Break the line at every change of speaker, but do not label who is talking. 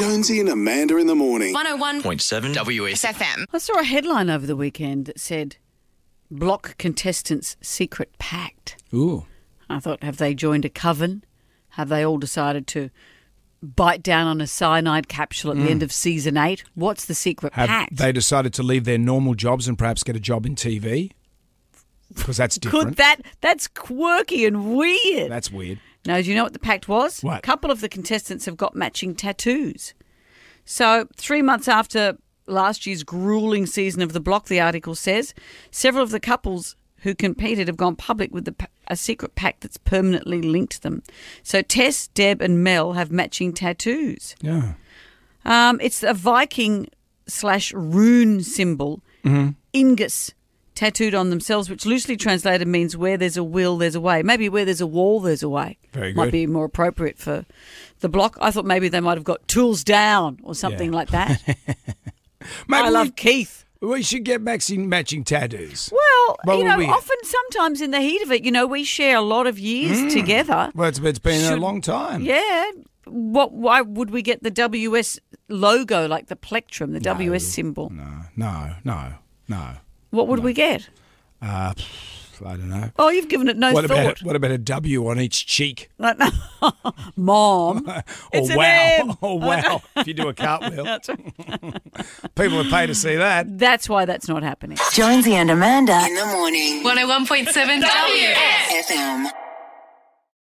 Jonesy and Amanda in the morning.
101
101.7 WS.
FM.
I saw a headline over the weekend that said block contestants' secret pact.
Ooh.
I thought, have they joined a coven? Have they all decided to bite down on a cyanide capsule at the end of season eight? What's the secret
Mm. Have
pact?
they decided to leave their normal jobs and perhaps get a job in TV? Because that's different.
Could that? That's quirky and weird.
that's weird.
Now, do you know what the pact was?
What?
A couple of the contestants have got matching tattoos. So, three months after last year's grueling season of The Block, the article says, several of the couples who competed have gone public with the, p- a secret pact that's permanently linked them. So, Tess, Deb, and Mel have matching tattoos.
Yeah.
Um, it's a Viking slash rune symbol,
Mm-hmm.
Ingus, tattooed on themselves, which loosely translated means where there's a will, there's a way. Maybe where there's a wall, there's a way.
Very
Might
good.
be more appropriate for the block. I thought maybe they might have got tools down or something
Yeah.
like that.
Maybe
I love Keith.
we, we should get matching, matching tattoos.
Well,
Well,
you know,
we-
often sometimes in the heat of it, you know, we share a lot of years together.
Mm. Well, it's, it's been
Should-
a long time.
Yeah. What? Why would we get the WS logo like the plectrum, the WS symbol?
No, no, no, no.
What would we get?
Uh, pff, I don't know.
Oh, you've given it no
what
thought.
about what about a W on each cheek?
Like, Mom.
Or
It's an M.
wow! Or wow! If you do a cartwheel, people would pay to see that.
That's why that's not happening.
Jonesy and Amanda.
In the morning.
101.7 W.
FM.